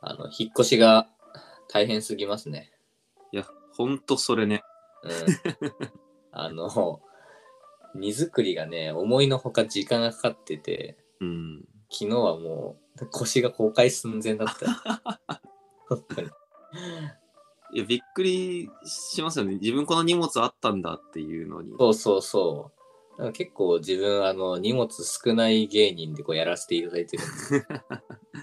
あの、引っ越しが大変すぎますね。いや、ほんとそれね。うん。あの、荷造りがね、思いのほか時間がかかってて、うん。昨日はもう腰が崩壊寸前だった。本当にいや、びっくりしますよね。自分この荷物あったんだっていうのに。そうそうそう。なんか結構自分、あの、荷物少ない芸人でこうやらせていただいてるんです。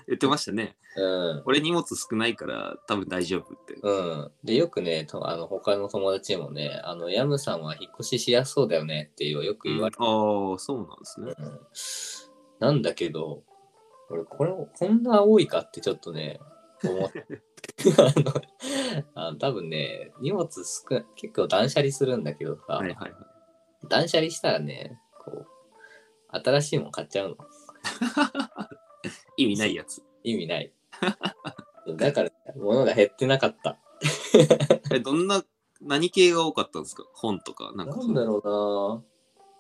言ってましたね。うん。俺荷物少ないから多分大丈夫って。うん、でよくねとあの他の友達にもねあのヤムさんは引っ越ししやすそうだよねってよく言われああ、そうなんですね。る、うんなんだけど俺これこんな多いかってちょっとね思 ってあのあの多分ね荷物少な結構断捨離するんだけどさ、はいはいはい。断捨離したらねこう新しいもん買っちゃうの意味ないやつ。意味ない だから物が減ってなかったえ、どんな、何系が多かったんですか本とか。なんかなんだろ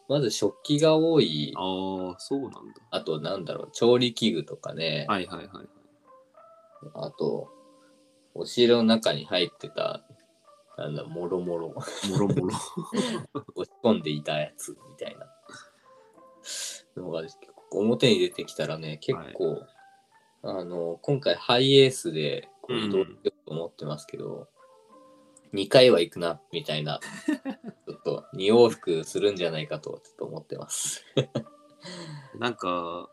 うなまず食器が多いああ、そうなんだ。あとなんだろう調理器具とかね、はいはいはい。あとお城の中に入ってたなんだもろもろ もろもろ。押し込んでいたやつみたいなのが結構表に出てきたらね結構、あの今回ハイエースでこう移動しようと思ってますけど、2回は行くなみたいなちょっと2往復するんじゃないかとちょっと思ってます。なんか、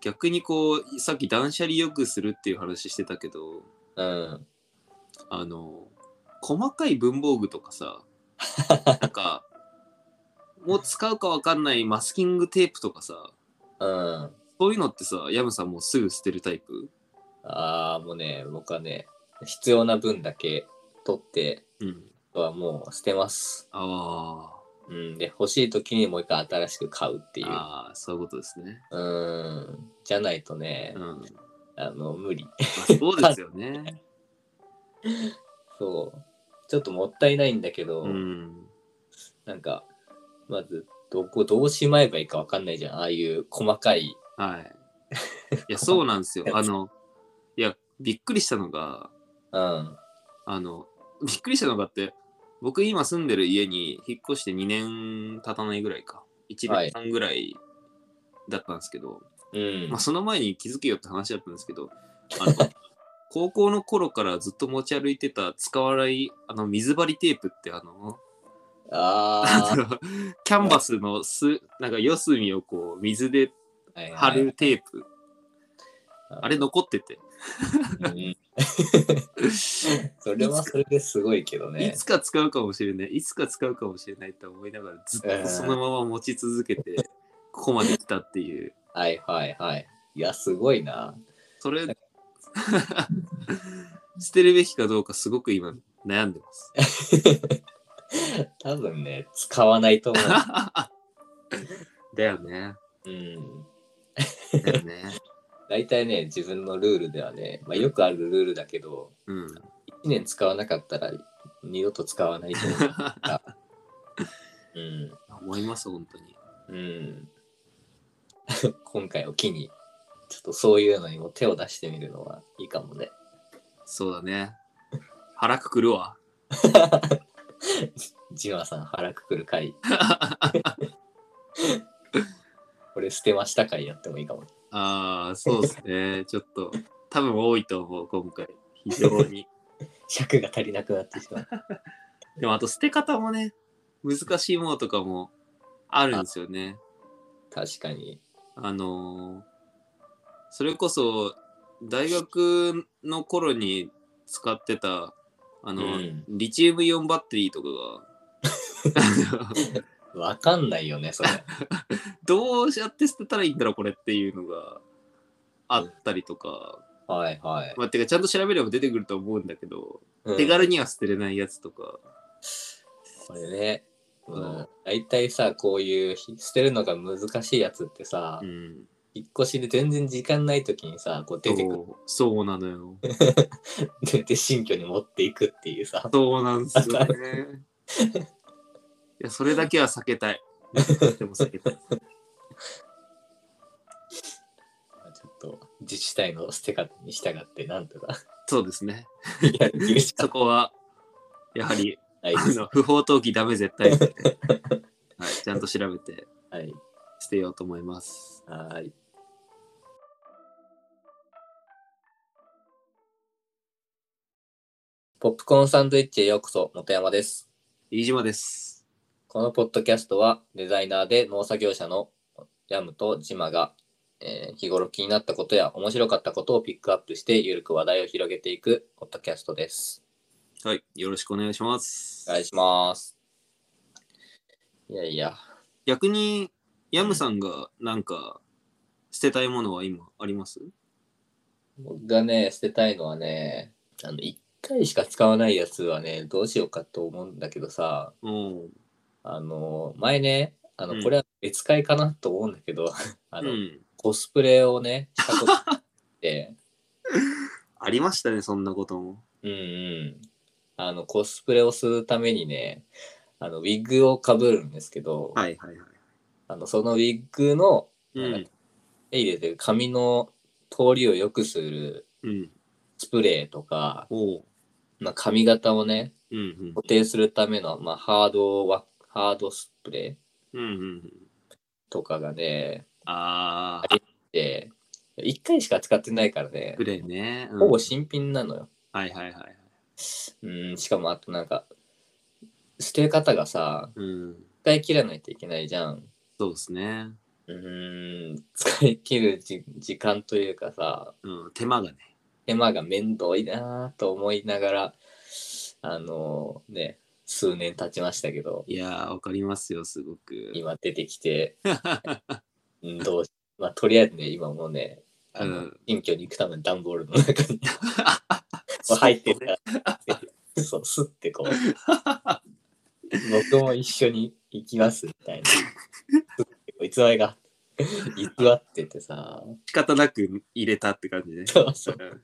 逆にこう、さっき断捨離よくするっていう話してたけど、うん、あの、細かい文房具とか さ、なんか、もう使うかわかんないマスキングテープとかさ、うんそういうのってさ、ヤムさんもうすぐ捨てるタイプああ、もうね、僕はね、必要な分だけ取ってうん。はもう捨てます。あうん、で、欲しい時にもう一回新しく買うっていーう。あー、そういうことですね。うーん、じゃないとねう、 ん。まあの、無理。 あ、そうですよね。 そう。ちょっともったいないんだけど、うん。なんか、まず、どこ、どうしまえばいいかわかんないじゃん。ああいう細かい。 はい。いや、そうなんですよ。あの、いや、びっくりしたのが、うん。あの、びっくりしたのがあって、僕今住んでる家に引っ越して2年経たないぐらいか、1はい年半ぐらいだったんですけど、うんまあ、。その前に気づけよって話だったんですけど、あの高校の頃からずっと持ち歩いてた使わないあの水張りテープってあの あキャンバスのすなんか四隅をこう水であ、はいはい貼るテープ、あれう残ってて、ん それはそれですごいけどいね。つか使うかもしれない、いつか使うかもしれないと思いながら、ずっとそのまま持ち続けて、 ここまで来たっていう。はいはいはい。いや、すごいな。それ、 捨てるべきかどうかすごく今悩んでます。多分ね、使わないと思 だよね。う。うん。だよね。大体ね、自分のルールではね、まあ、よくあるルールだけど、うん。 1年使わなかったら二度と使わないと思 う。思います、本当に。うん。うん。 今回を機に、ちょっとそういうのにも手を出してみるのはいいかもね。そうだね。腹くくるわ。ジワさん腹くくる 回。これ捨てました回やってもいいかも。ああ、そうですね。ちょっと、多分多いと思う、今回。非常 に。尺が足りなくなってしまう。でもあと捨て方もね、難しいものとかもあるんですよね。確かに。あのーそれこそ大学の頃に使ってたあの、うんリチウムイオンバッテリーとかがあ のわかんないよね、それ。どうやって捨てたらいいんだろうこれっていうのがあったりとか、はいはい。まあ、てかちゃんと調べれば出てくると思うんだけど、うん手軽には捨てれないやつとかこれね、ううんん、大体さこういうひ捨てるのが難しいやつってさ、うん引っ越しで全然時間ない時にさこう出てくそうそうなの よ出て新居に持っていくっていうさそうなんですよね いやそれだけは避けたいでも避けたちいょっと自治体の捨て方に従ってなんとかそうですね。やる気がしか そこは、やはり、 ないであす。の不法投棄ダメ絶 対って、はい、ちゃんと調べてはい。捨てようと思います。はーい。ポップコーンサンドイッチへようこそ、本山です。飯島です。このポッドキャストはデザイナーで農作業者のヤムとジマが、えー日頃気になったことや面白かったことをピックアップしてゆるく話題を広げていくポッドキャストです。はい、よろしくお願いしまおす。願いします。いやいや、逆に、ヤムさんがなんか捨てたいものは今あります僕がね、捨てたいのはね、あの、1回しか使わないやつはね、どうしようかと思うんだけどさ、おーあの、前ね、あうの、んこれは別買いかなと思うんだけど、 あうの、ん。コスプレをね、したことがあって、ありましたね、そんなことも。うんうん。あの、コスプレをするためにね、あの、ウィッグをかぶるんですけど、はいはいはい。あの、そのウィッグの、うなんんか。手入れてる髪の通りを良くするうん。スプレーとか、おう。まあ、髪型をね、うんうん。固定するための、まあ、ハードワ、ハードスプレうんうんうん。ーとかがね、ああで、一回しか使ってないからねー、、グレーね。うんほぼ新品なのよ。はいはいはい。うん、しかもあとなんか、捨て方がさ、うん。使い切らないといけないじゃん。そうですね。うーん使い切るじ時間というかさうん。手間がね。手間が面倒いなぁと思いながらあのね数年経ちましたけどいやー、わかりますよ、すごく。今出てきてうんどうしまあとりあえずね今もうねあの、うん新居に行くための段ボールの中に入ってたそうすってこう僕も一緒に行きますみたいな偽りが偽っててさ仕方なく入れたって感じね。そうそううん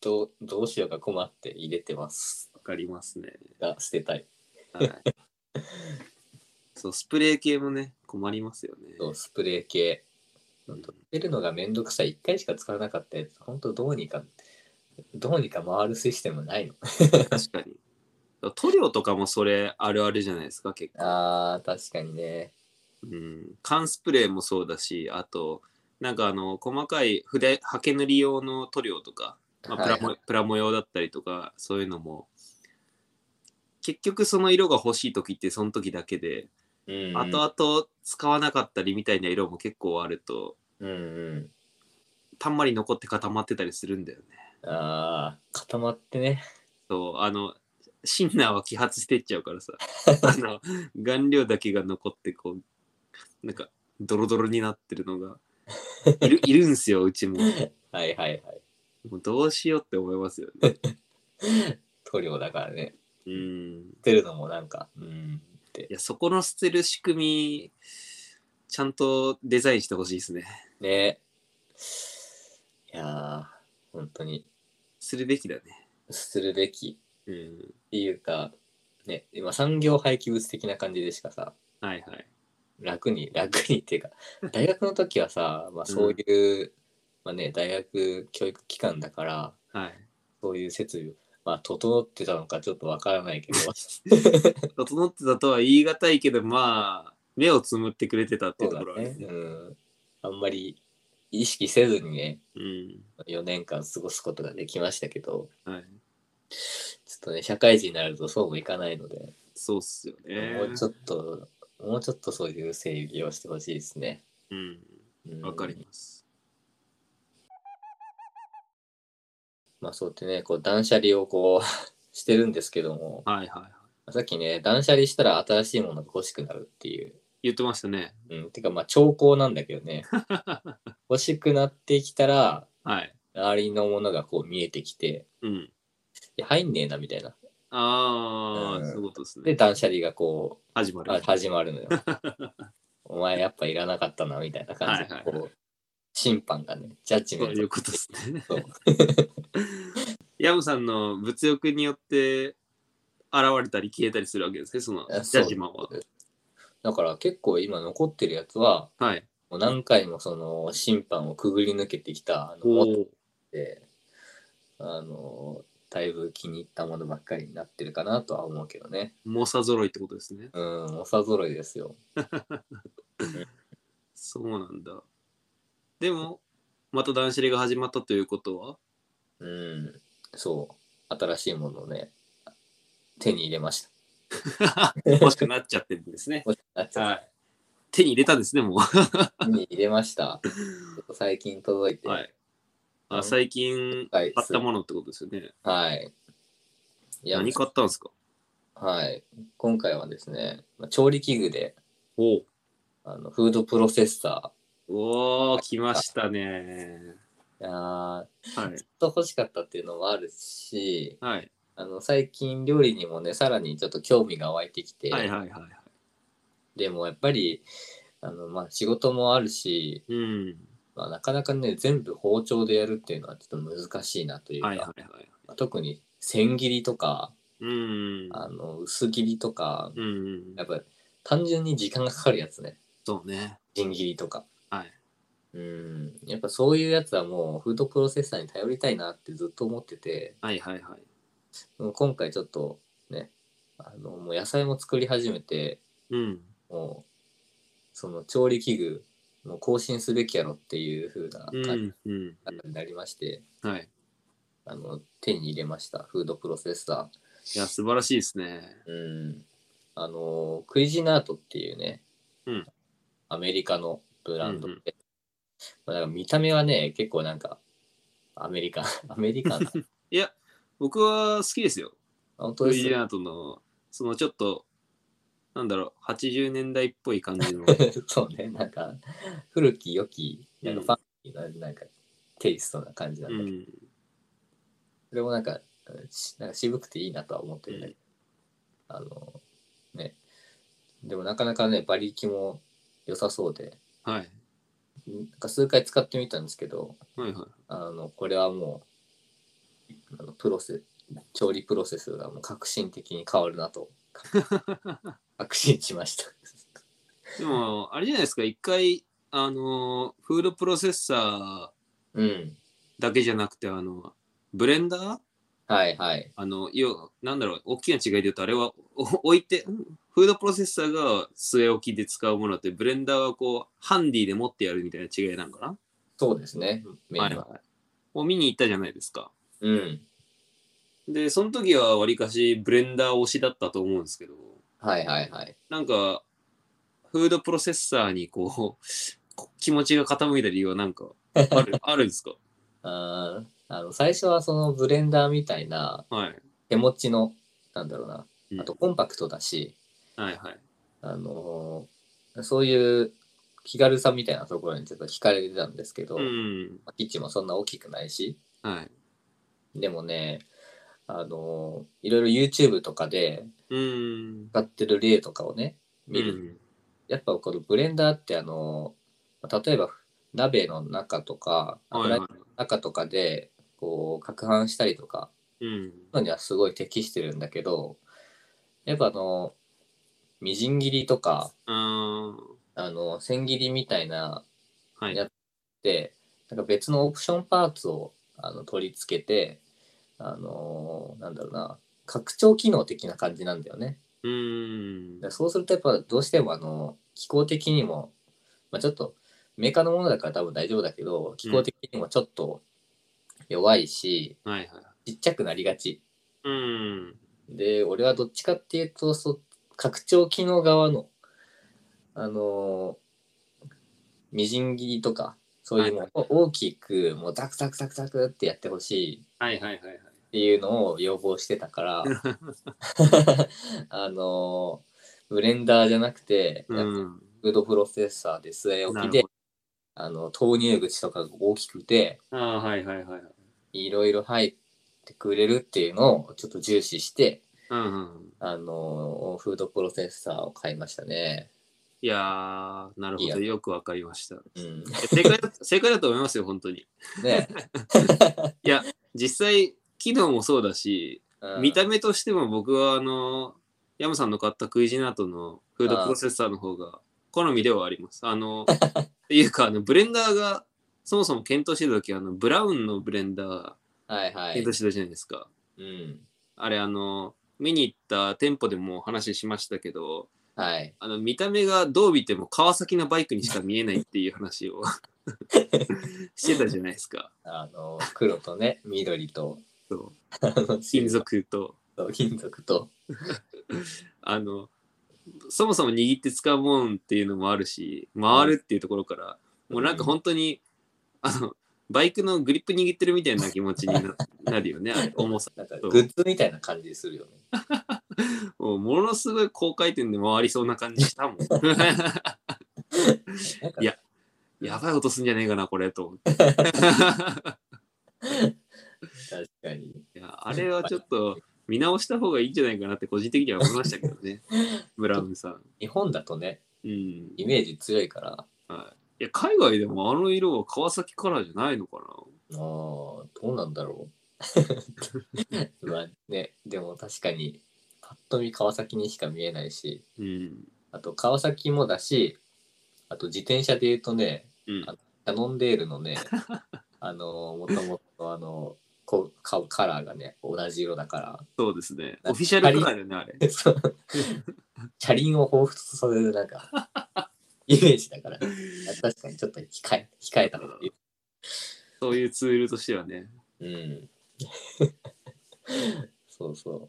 どうどうしようか困って入れてますわかりますね。が捨てたいはい。 そう、スプレー系もね、困りますよね。そうスプレー系うん捨てるのがめんどくさい1回しか使わなかったやつ本当どうにかどうにか回るシステムないの確かに。塗料とかもそれあるあるじゃないですか、結構。あー確かにねうん、缶スプレーもそうだしあとなんかあの細かい筆刷毛塗り用の塗料とか、まあプラモはいプラモ用だったりとかそういうのも結局その色が欲しい時ってその時だけで、うんうん後々使わなかったりみたいな色も結構あるとうんうんたんまり残って固まってたりするんだよねあー固まってねそうあのシンナーは揮発してっちゃうか らさあの顔料だけが残ってこうなんかドロドロになってるのが いるいるんすようちも。はいはいはいもうどうしようって思いますよね。塗料だからねうん。捨てるのもなんかうんっていや、そこの捨てる仕組み、ちゃんとデザインしてほしいですね。ねいやー本当にするべきだね。するべきうん。っていうか、ね、今産業廃棄物的な感じでしかさ、はいはい。楽に、楽にっていう か、大学の時はさ、まあそういう、まあね、大学教育機関だから、はい。そういう設備、まあ整ってたのかちょっとわからない けど、整ってたとは言い難いけど、まあ、目をつむってくれてたっていそううだところはあるねね。。うん。あんまり意識せずにね、うん。 4年間過ごすことができましたけど、はい。ちょっとね、社会人になるとそうもいかないので、そうっすよね。もうちょっと、もうちょっとそういう整備をしてほしいですね。うん。うんわかります。まあそうやってね、こう断捨離をこう してるんですけども、はいはいはい。さっきね、断捨離したら新しいものが欲しくなるっていう。言ってましたね。うん、てかまあ兆候なんだけどね。 欲しくなってきたら、はい。周りのものがこう見えてきて、うん。いや入んねえなみたいな。ああ、うんそういうことですで、ね。断捨離がこ始まう、る。あ始まる のよ。お前やっぱいらなかったなみたいな感じで、はいはいはいこう、審判がね、ジャッジそメンういトうことですねそう。 ヤムさんの物欲によって現れたり消えたりするわけですね、そのあジャジマンは。だから結構今残ってるやつは、はい。もう何回もその審判をくぐり抜けてきたあのお持っーてあのだいぶ気に入ったものばっかりになってるかなとは思うけどね猛者揃いってことですね。うんおさぞろいですよそうなんだ。でも、また断捨離が始まったというこ とは、うんそう新しいものをね手に入れました欲しくなっちゃってるんですね。もしかしたらはい。手に入れたんですね、もう。手に入れましたちょっと最近届いてはい。あ、最近はい買ったものってことですよね。はいいや何買ったんですかはい今回はですねまあ調理器具でおあのフードプロセッサおー、来ましたね。ーいやーはい。ちょっと欲しかったっていうのもあるしはい。あの最近料理にもねさらにちょっと興味が湧いてきて、はいはいはいはい。でもやっぱりあの、まあ、仕事もあるし、うん。まあ、なかなかね全部包丁でやるっていうのはちょっと難しいなというか、はいはいはい。まあ特に千切りとかうん。あの薄切りとかうん。やっぱ単純に時間がかかるやつねそうね。千切りとか。はい。うん、やっぱそういうやつはもうフードプロセッサーに頼りたいなってずっと思ってて、はいはいはい。うん今回ちょっとねあのもう野菜も作り始めてうん。もうその調理器具も更新すべきやろっていう風なう感ん。うん。じになりまして、はい。あの手に入れましたフードプロセッサいや、素晴らしいですね。ーうんあのクイジナートっていうね、うんアメリカのブランドで、うんうまあなんか見た目はね結構なんかアメリカン アメリカン ないや、僕は好きですよ。本当トでイすジェナートの、そのちょっと、なんだろう、80年代っぽい感じ の。 そうね、なんか、古き良き、なんかうんファンキーな、なんか、テイストな感じなうんだけど、ん。それもなんか、しなんか渋くていいなとは思ってるんだけど、あの、ね、でもなかなかね、馬力も良さそうで、はい。なんか数回使ってみたんですけど、はいはい。あの、これはもう、あのプロセス、調理プロセスがもう革新的に変わるな と、確信しました。でも、あれじゃないですか、一回、あのー、フードプロセッサうん。ーだけじゃなくて、あの、ブレンダーはいはい。あの、要なんだろう、大きな違いで言うと、あれはお 置いて、フードプロセッサーが据え置きで使うものだって、ブレンダーはこう、ハンディで持ってやるみたいな違いなんかなそうですね、メインは。はいはい。を見に行ったじゃないですか。うん。で、その時はわりかしブレンダー推しだったと思うんですけど、はいはいはい。なんか、フードプロセッサーにこう、 こ気持ちが傾いた理由はなんか、あ る、あるんですかあーあの最初はそのブレンダーみたいなはい。手持ちのなんだろうなうんあとコンパクトだし、はいはい。あのーそういう気軽さみたいなところにちょっと惹かれてたんですけど、うん。キッチンもそんな大きくないしはい。でもねあのーいろいろ YouTube とかでうん。使ってる例とかをね見る、うんやっぱこのブレンダーってあのー例えば鍋の中とかはい油はの中とかでこう攪拌したりとかい。うん。のにはすごい適してるんだけどやっぱあのみじん切りとかああの千切りみたいなーはい。やでなんか別のオプションパーツをあの取り付けてあのなんだろうな拡張機能的な感じなんだよね。うん。でそうするとやっぱどうしてもあの気候的にも、まあ、ちょっとメーカーのものだから多分大丈夫だけど気候的にもちょっと弱いし、はいはい。ちっちゃくなりがちうん。で、俺はどっちかっていうと、そ拡張機能側の、あのーみじん切りとか、そういうはのいを大きく、もうザクザクザクザクってやってほしいっはいはいはいはい。ていうのを要望してたから、 あのーブレンダーじゃなくて、やうっぱん。フードプロセッサーで据え置なきるでほ、あの、投入口とかが大きくて、ど。ああー、はいはいはいはい。いろいろ入ってくれるっていうのをちょっと重視して、うんうん。あのーフードプロセッサーを買いましたね。いやー、なるほいやど。よくわかりました。うん、正解だ正解だと思いますよ、本当に。 ね、いや、実際、機能もそうだし、うん見た目としても僕は、あの、ヤムさんの買ったクイジナートのフードプロセッサーの方が好みではあります。あの、 っていうか、あの、ブレンダーが、そもそも検討してた時、あの、ブラウンのブレンダー、はいはい検。討してたじゃないですか。うん。あれ、あの、見に行った店舗でもお話ししましたけど、はい。あの、見た目がどう見ても川崎のバイクにしか見えないっていう話を してたじゃないですか。あの、黒とね、緑と、 そうあの、金属と。と金属と。あのそもそも握って使うもんっていうのもあるし回るっていうところから、もうなんか本当にあのバイクのグリップ握ってるみたいな気持ちにな なるよねあれ重さなんかグッズみたいな感じするよね。もうものすごい高回転で回りそうな感じしたもんなんかいややばい音すんじゃねえかなこれと思って確かに。いやあれはちょっと見直した方がいいんじゃないかなって個人的には思いましたけどねブラウンさん、日本だとね、うん、イメージ強いから、いや海外でもあの色は川崎カラーじゃないのかなああ、どうなんだろう。 まあね、でも確かに、パッと見川崎にしか見えないし、うんあと川崎もだし、あと自転車で言うとね、うんあキャノンデールの ね、あの、もともとあの、こうカカラーがね、同じ色だかそうですね。なんかオフィシャルカラーだよね、あれ。ら、 そう車輪を彷彿とさせるなんか、 イメージだから、確かにちょっと控え控えた方がいい。そういうツールとしてはね、うん。そうそ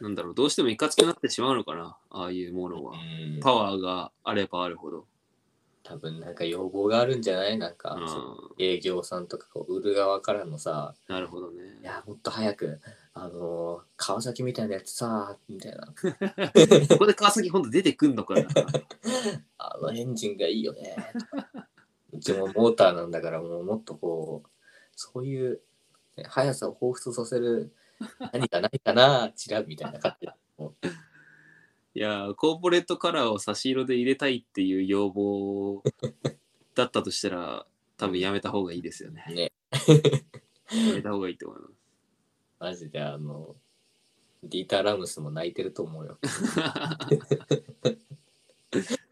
なんだろう、どうしてもいかつくなってしまうのかな、ああいうものう。うは。んパワーがあればあるほど。多分なんか要望があるんじゃないなんか、うんその営業さんとかこう売る側からのさなるほ「どいね。やもっと早くあのー川崎みたいなやつさ」みたいなここで川崎本当出てくんのかな。 「あのエンジンがいいよね」うちもモーターなんだからもうもっとこうそういうね速さを彷彿とさせる何かないかな違うみたいな感じいやー、コーポレートカラーを差し色で入れたいっていう要望だったとしたら、多分やめた方がいいですよね。ねやめた方がいいと思います。マジであのディーター・ラムスも泣いてると思うよ。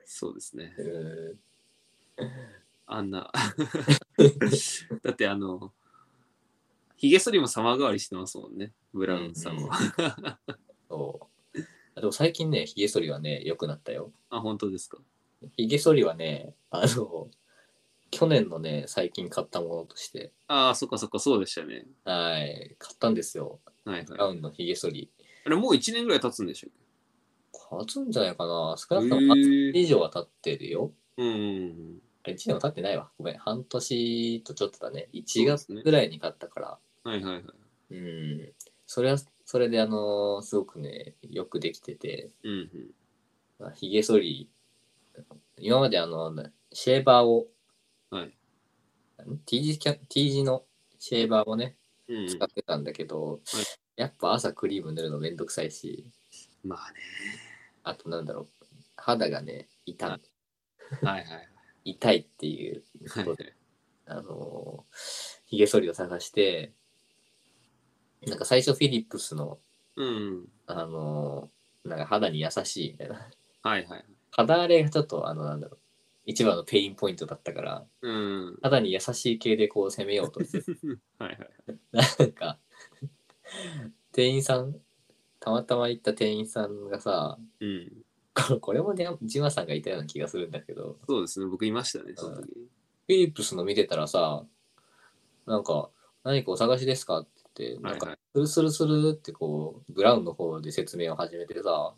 そうですね。うんあんな。だってあの、ひげ剃りも様変わりしてますもんね、ブラウンさんは。そうあでも最近ねひげ剃りはね良くなったよ。あ、本当ですか。ひげ剃りはね、あの、去年のね、最近買ったものとして、ああ、そっかそっか、そうでしたね。はい、買ったんですよ。はいはい。ラウンのひげ剃り。あれ、もう1年ぐらい経つんでしょ勝つんじゃないかな。少うなか。くとへも半年ー以上は経ってるよ。うんうんうん。あ1年は経ってないわ。ごめん、半年とちょっとだね。そう1で月すねぐらいに買ったから。はいはいはい。うん。それは、それで、あのすごくね、よくできてて、うんうん。まあひげ剃り、今まであの、シェーバーを、はいん T 字キャ T 字のシェーバーをね、うんうん使ってたんだけど、やっぱ朝クリーム塗るのめんどくさいしまあね。あとなんだろう肌がね痛むはいはい。痛いっていうはいこはとで、いあのーひげ剃りを探してなんか最初フィリップスのうんうん。あのーなんか肌に優しいみたいなはいはい。肌荒れがちょっとあのなんだろう一番のペインポイントだったからうん。 肌に優しい系でこう攻めようとしてはいはい。なんか店員さんたまたま行った店員さんがさうん。こ れこれもねジマさんがいたような気がするんだけどそうですね。僕いましたね、その時。フィリップスの見てたらさなんか「何かお探しですか?」って言ってはないんかはい。スルスルスルってこうブラウンの方で説明を始めてさ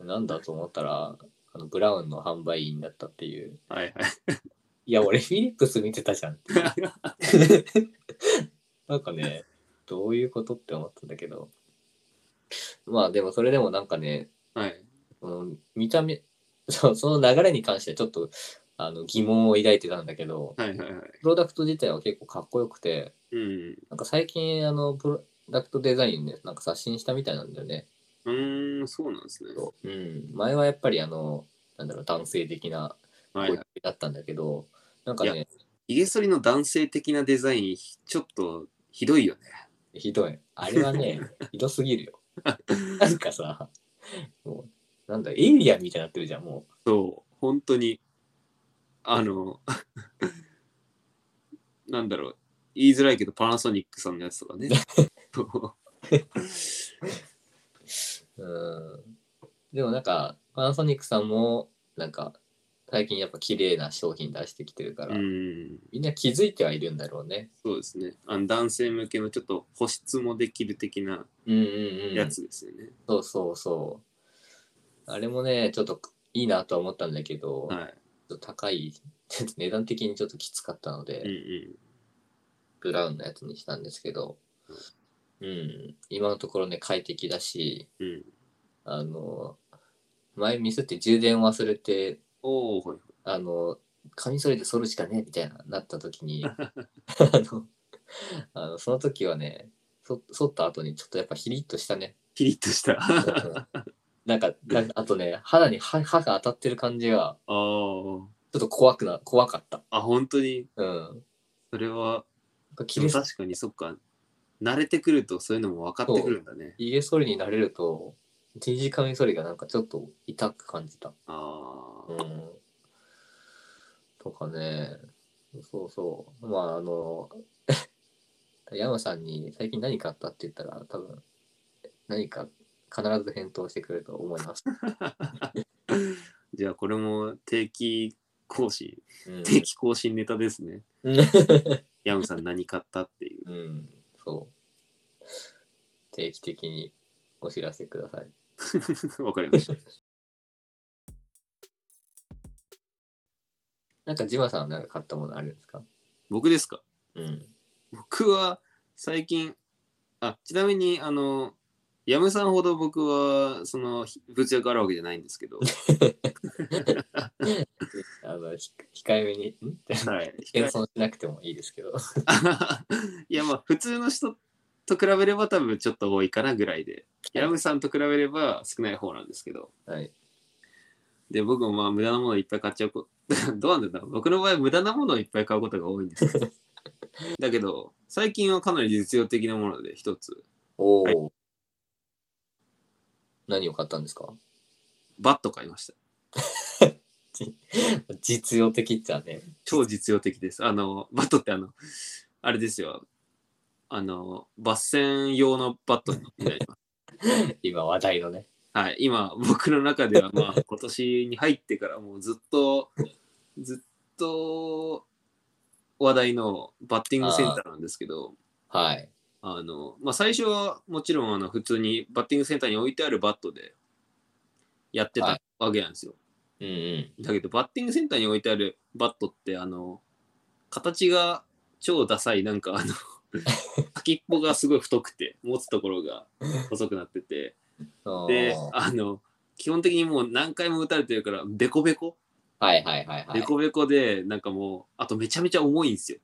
なんだと思ったらあのブラウンの販売員だったっていうはい「いや俺フィリップス見てたじゃん」ってはい。なんかねどういうことって思ったんだけどまあでもそれでもなんかねはい。この見た目そうその流れに関してはちょっとあの疑問を抱いてたんだけどはいはいはい。プロダクト自体は結構かっこよくてうん。なんか最近あのプロダクトデザインねなんか刷新したみたいなんだよね、うーん、そうなんですね。うん、前はやっぱりあのなんだろう男性的なはい声はい。だったんだけど、なんかねひげ剃りの男性的なデザイン、ちょっとひどいよね。 ひどいあれはねひどすぎるよなんかさもうなんだ、エイリアンみたいになってるじゃん、もう。そう、本当に、あの、 なんだろう、言いづらいけど、パナソニックさんのやつとかね。そううん。でもなんか、パナソニックさんも、なんか、最近やっぱ綺麗な商品出してきてるから、うん、みんな気づいてはいるんだろうね。そうですねあの。男性向けのちょっと保湿もできる的なうんうんうん。やつですよね。そうそうそう。あれもね、ちょっといいなとは思ったんだけど、はい。ちょっと高い、ちょっと値段的にちょっときつかったので、うんうん。ブラウンのやつにしたんですけど、うん、今のところね、快適だし、うん、あの、前ミスって充電忘れて、おお、ほいほい。あの、カミソリで剃るしかねえみたいな、なった時 に、あの、あのその時はね、そ剃った後にちょっとやっぱヒリッとしたね。 キリッとした。あなんか、なんかあとね、肌に歯歯が当たってる感じが、あ。ちょっと怖くな、怖かった。あ、本当に、うん。それは、切でれも、確かにそっか。慣れてくるとそういうのも分かってくるんだね。髭剃りになれると、T 字カミソリがなんかちょっと痛く感じた。ああう。ん。とかね、そうそう。まあ、あの、 山さんに最近何買ったって言ったら、多分、何か必ず返答してくれると思い ます。じゃあこれも定期更新、うん定期更新ネタですね。うんヤムさん何買ったっていう。 うん、そう。定期的にお知らせください。わかりました。なんか、ジマさんは何か買ったものあるんですか僕ですかうん。僕は最近、あ、ちなみにあの、ヤムさんほど僕はそのひ物欲あるわけじゃないんですけど、あの、ひ控えめに、ん はい。謙遜しなくてもいいですけど。 いやまあ普通の人と比べれば多分ちょっと多いかなぐらいで、ヤムさんと比べれば少ない方なんですけど、はい。で、僕もまあ無駄なものいっぱい買っちゃうこ どうなんだろう。僕の場合無駄なものをいっぱい買うことが多いんですけどだけど、最近はかなり実用的なもので一つ、おお、何を買ったんですかバット買いました。実用的っちゃね。超実用的です。あの、バットってあの、あれですよ。あの、抜線用のバットになります。今話題のね。はい。今、僕の中ではまあ、今年に入ってからもうずっと、ずっと話題のバッティングセンターなんですけど、はい。あの、まあ、最初はもちろんあの普通にバッティングセンターに置いてあるバットでやってはたわけなんですよ。うんうん。だけどバッティングセンターに置いてあるバットってあの形が超ダサいなん かあの先っぽがすごい太くて持つところが細くなっててあーであの基本的にもう何回も打たれてるからベコベコはいはいはいはベい。コベコでなんかもうあとめちゃめちゃ重いんですよ。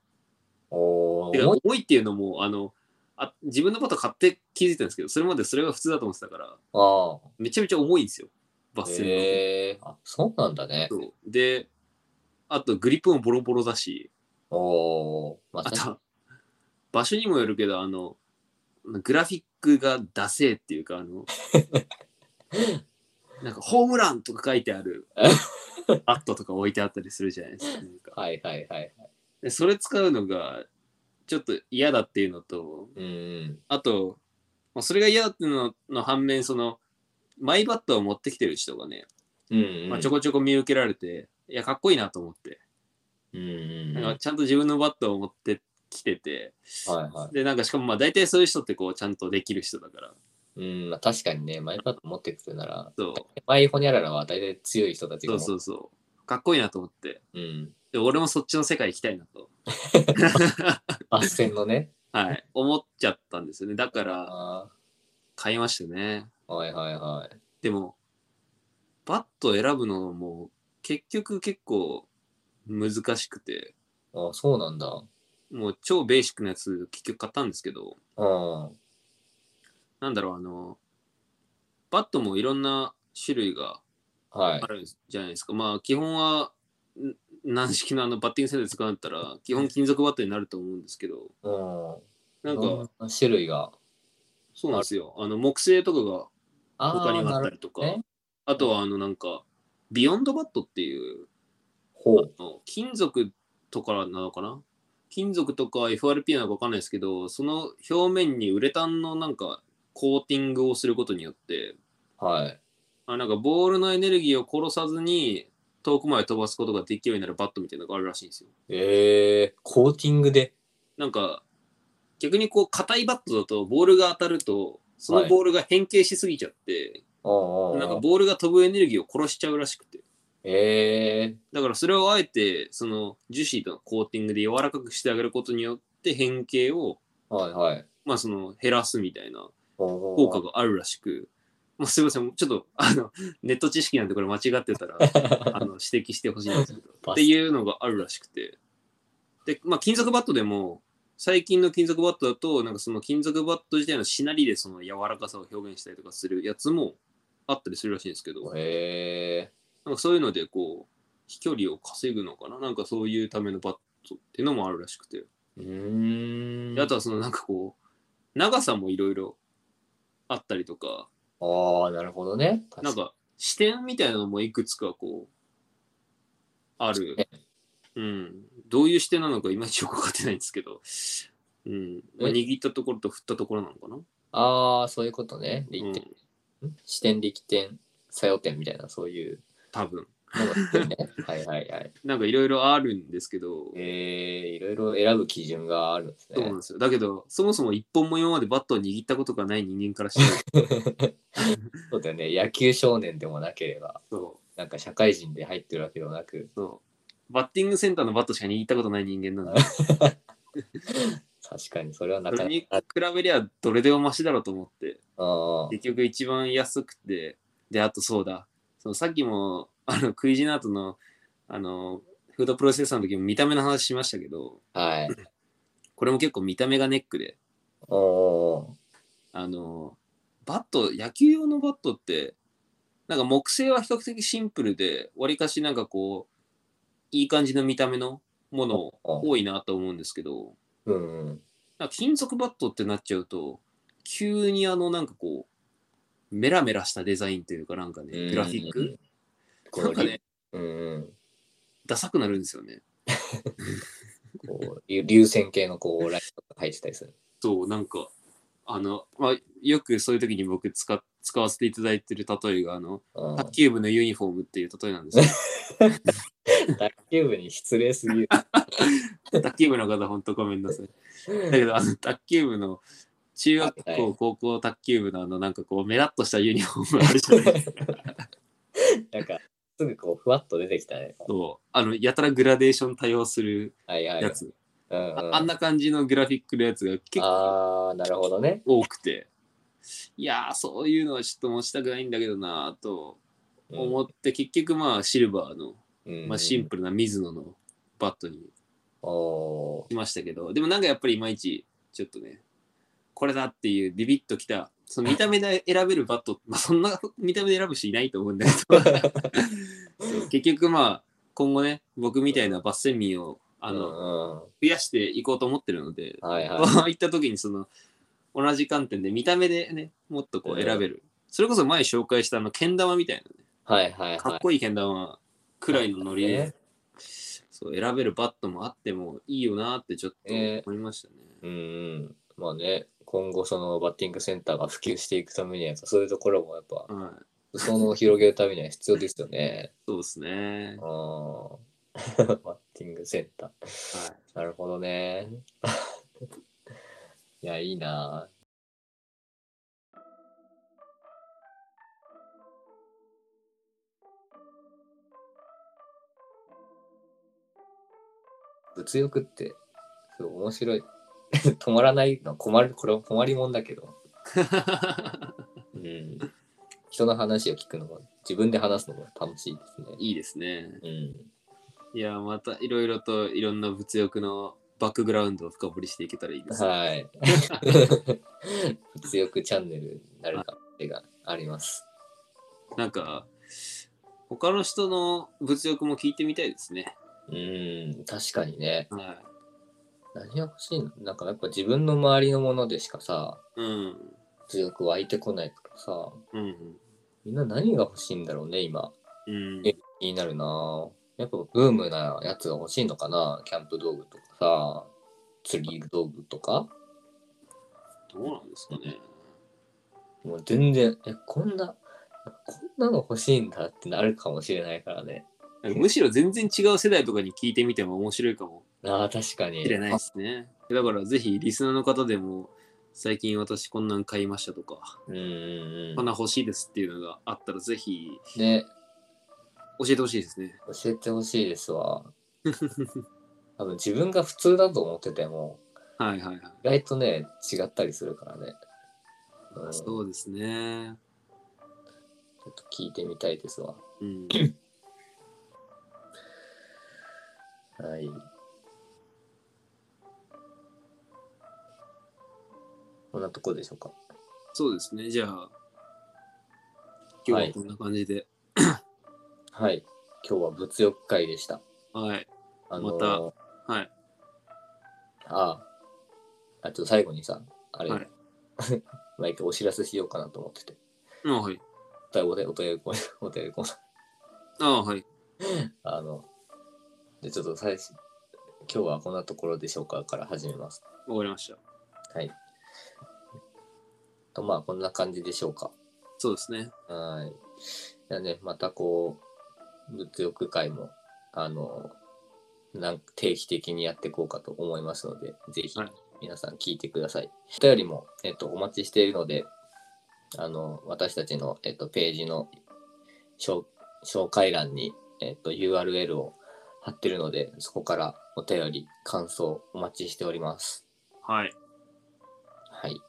おおて。か重いっていうのもあのあ自分のこと買って気づいたんですけどそれまでそれが普通だと思ってたからあめちゃめちゃ重いんですよあ。バスのへえあ、そうなんだね。そうであとグリップもボロボロだしおおー。まああ、と場所にもよるけどあのグラフィックがダセーっていうかあのなんかホームランとか書いてあるアットとか置いてあったりするじゃないですかなんかはいはいはい。でそれ使うのがちょっと嫌だっていうのとうんうん。あと、まあ、それが嫌だっていうのの反面そのマイバットを持ってきてる人がね、うん、うん。まあ、ちょこちょこ見受けられていやかっこいいなと思ってうんうんうなんん。かはいちゃんと自分のバットを持ってきてて、はでなんかしかもまあ大体そういう人ってこうちゃんとできる人だからい。うん、まあ確かにね、マイパッド持ってくるなら、そうマイホニャララは大体強い人たちそがうそうそうかっこいいなと思ってうん。で俺もそっちの世界行きたいな とあっせんのね。はい思っちゃったんですよねだからあ買いましたねあ。はいはいはい。でもバット選ぶのも結局結構難しくてあそうなんだ。もう超ベーシックなやつ結局買ったんですけどうん。なんだろうあのバットもいろんな種類がはいあ。るじゃないですか。まあ、基本は、ん軟式のあのバッティングセンターで使うんだったら、基本金属バットになると思うんですけど、うん。なんか、か、種類が。そうなんですよ。あの、木製とかがあ他にもあったりとかなるほどね、あとはあのなんか、ビヨンドバットっていう、ほう。あの金属とかなのかな金属とか FRP なのかわかんないですけど、その表面にウレタンのなんかコーティングをすることによって、はい。あなんかボールのエネルギーを殺さずに遠くまで飛ばすことができるようになるバットみたいなのがあるらしいんですよ。えー、コーティングで。なんか逆にこう硬いバットだとボールが当たるとそのボールが変形しすぎちゃって、ああなんかボールが飛ぶエネルギーを殺しちゃうらしくて。えだからそれをあえてその樹脂のコーティングで柔らかくしてあげることによって変形をー、はいはい。まあその減らすみたいな効効果があるらしく、まあ、すいませんちょっとあのネット知識なんでこれ間違ってたらあの指摘してほしいんですけどがっていうのがあるらしくてで、まあ、金属バットでも最近の金属バットだとなんかその金属バット自体のしなりでその柔らかさを表現したりとかするやつもあったりするらしいんですけど、えなんかそういうのでこう飛距離を稼ぐのかななんかそういうためのバットっていうのもあるらしくて、ー、うーん。であとはそのなんかこう長さもいろいろあったりとかああ、なるほどね。確かなんか視点みたいなのもいくつかこうある、うん、どういう視点なのかいまいちよく分かってないんですけど、うんまあ、え握ったところと振ったところなのかな、ああ、そういうことね。う力ん点、、視点、力点、作用点みたいな、そういう多分のがある ね。はいはいはい。なんかいろいろあるんですけど、えー、いろいろ選ぶ基準があるんですそうなねん。ですよ。だけど、そもそも一本も今までバットを握ったことがない人間からしたら、そうだよね。野球少年でもなければ、そうなんか社会人で入ってるわけでもなく、そう。バッティングセンターのバットしか握ったことない人間なんで、確かにそれはなそかれなに比か。べりゃどれでもマシだろうと思って、あー結局一番安くて、で、あとそうだ、そのさっきも、 あの、クイジナートの、あの、フードプロセッサーの時も見た目の話しましたけど、はい。これも結構見た目がネックで、おおあの、バット、野球用のバットって、なんか木製は比較的シンプルで、わりかしなんかこう、いい感じの見た目のもの多いなと思うんですけど、ー。うんうん。なんか金属バットってなっちゃうと、急にあのなんかこう、メラメラしたデザインというかなんかね、グラフィック、うんなんかね、うんうん。ダサくなるんですよね。こう、流流線形のこ う、ラインとか入ってたりする。そう、なんか、あの、まあ、よくそういう時に僕使っ使わせていただいてる例えが、あの、うん卓球部のユニフォームっていう例えなんですけど卓球部に失礼すぎ る。 卓球部の方、本当ごめんなさい。だけど、あの、卓球部の、中学はいは校、高校卓球部の、あの、なんかこう、メラッとしたユニフォームあるじゃないで すか。なんか、すぐこう、ふわっと出てきたね。そうあの、やたらグラデーション多用するはいはい。やつ。うんうん、ああんな感じのグラフィックのやつが結構あーなるほどね。多くて、いやー、そういうのはちょっと持ちたくないんだけどなーと思って、結局まあ、シルバーの、うんまあ、シンプルな水野のバットにおしましたけど、でもなんかやっぱりいまいち、ちょっとね、これだっていうビビッときた、その見た目で選べるバット、 まあ、そんな見た目で選ぶ人いないと思うんだけど、 そう結局まあ、今後ね、僕みたいなバッセン民を、ーあうの、んうん増やしていこうと思ってるので、はい はいこういった時にその同じ観点で見た目でねもっとこう選べる、それこそ前紹介したあのけん玉みたいな、ねはいはいかはっい。こいいけん玉くらいのノリで、ねそう選べるバットもあってもいいよなってちょっとね思いましたね、うんうん。まあね、今後そのバッティングセンターが普及していくためには、そういうところもやっ ぱ、はい裾野を広げるためには必要ですよね。そうですねあー バッティングセンター。はいなるほどね。 いや、いいなぁ。物欲って、すごい面白い。 止まらないの困る、これは困りもんだけど。うん。人の話を聞くのも、自分で話すのも楽しいですね。いい ですねうん。いやまたいろいろといろんな物欲のバックグラウンドを深掘りしていけたらいいですね はい。物欲チャンネルになるかってがあります。なんか他の人の物欲も聞いてみたいですねうーん、確かにね。はい何が欲しいのなんかやっぱ自分の周りのものでしかさ、うん。物欲湧いてこないからさ、うん。みんな何が欲しいんだろうね、今。うん。え気になるなやっぱブームなやつが欲しいのかなキャンプ道具とかさ、釣り道具とかどうなんですかね。もう全然、え、こんな、こんなの欲しいんだってなるかもしれないからね。なんかむしろ全然違う世代とかに聞いてみても面白いかもああ、確かに。しれないですね。だからぜひリスナーの方でも最近私こんなん買いましたとか、うんうんこうんん。な欲しいですっていうのがあったらぜひね、教えてほしいですね。教えてほしいです わ。多分自分が普通だと思ってても、はいはいはい。意外とね、違ったりするからね。うん、ちょそうですね。っと聞いてみたいですわ。 うん。はい。こんなとこでしょうか。そうですね。じゃあ、今日はこんな感じで。はい。今日は物欲会でした。はい。あのまたはい。ああ。あ、ちょっと最後にさ、あれ、はい 毎回お知らせしようかなと思ってて。ああはい。お便りお便りコーナー、お便りコーああはい。ナー。あの、で、ちょっと最初、今日はこんなところでしょうかから始めます。わかりました。はい。と、まあ、こんな感じでしょうか。そうですね。はい。じゃあね、またこう、物欲会も、あの、なん定期的にやっていこうかと思いますので、ぜひはい皆さん聞いてください。お便りも、えっと、お待ちしているので、あの、私たちの、えっと、ページの紹紹介欄に、えっと、URL を貼ってるので、そこからお便り、感想お待ちしております。はい。はい。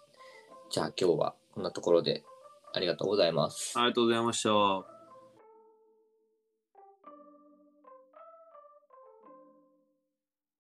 じゃあ今日はこんなところでありがとうございます。ありがとうございました。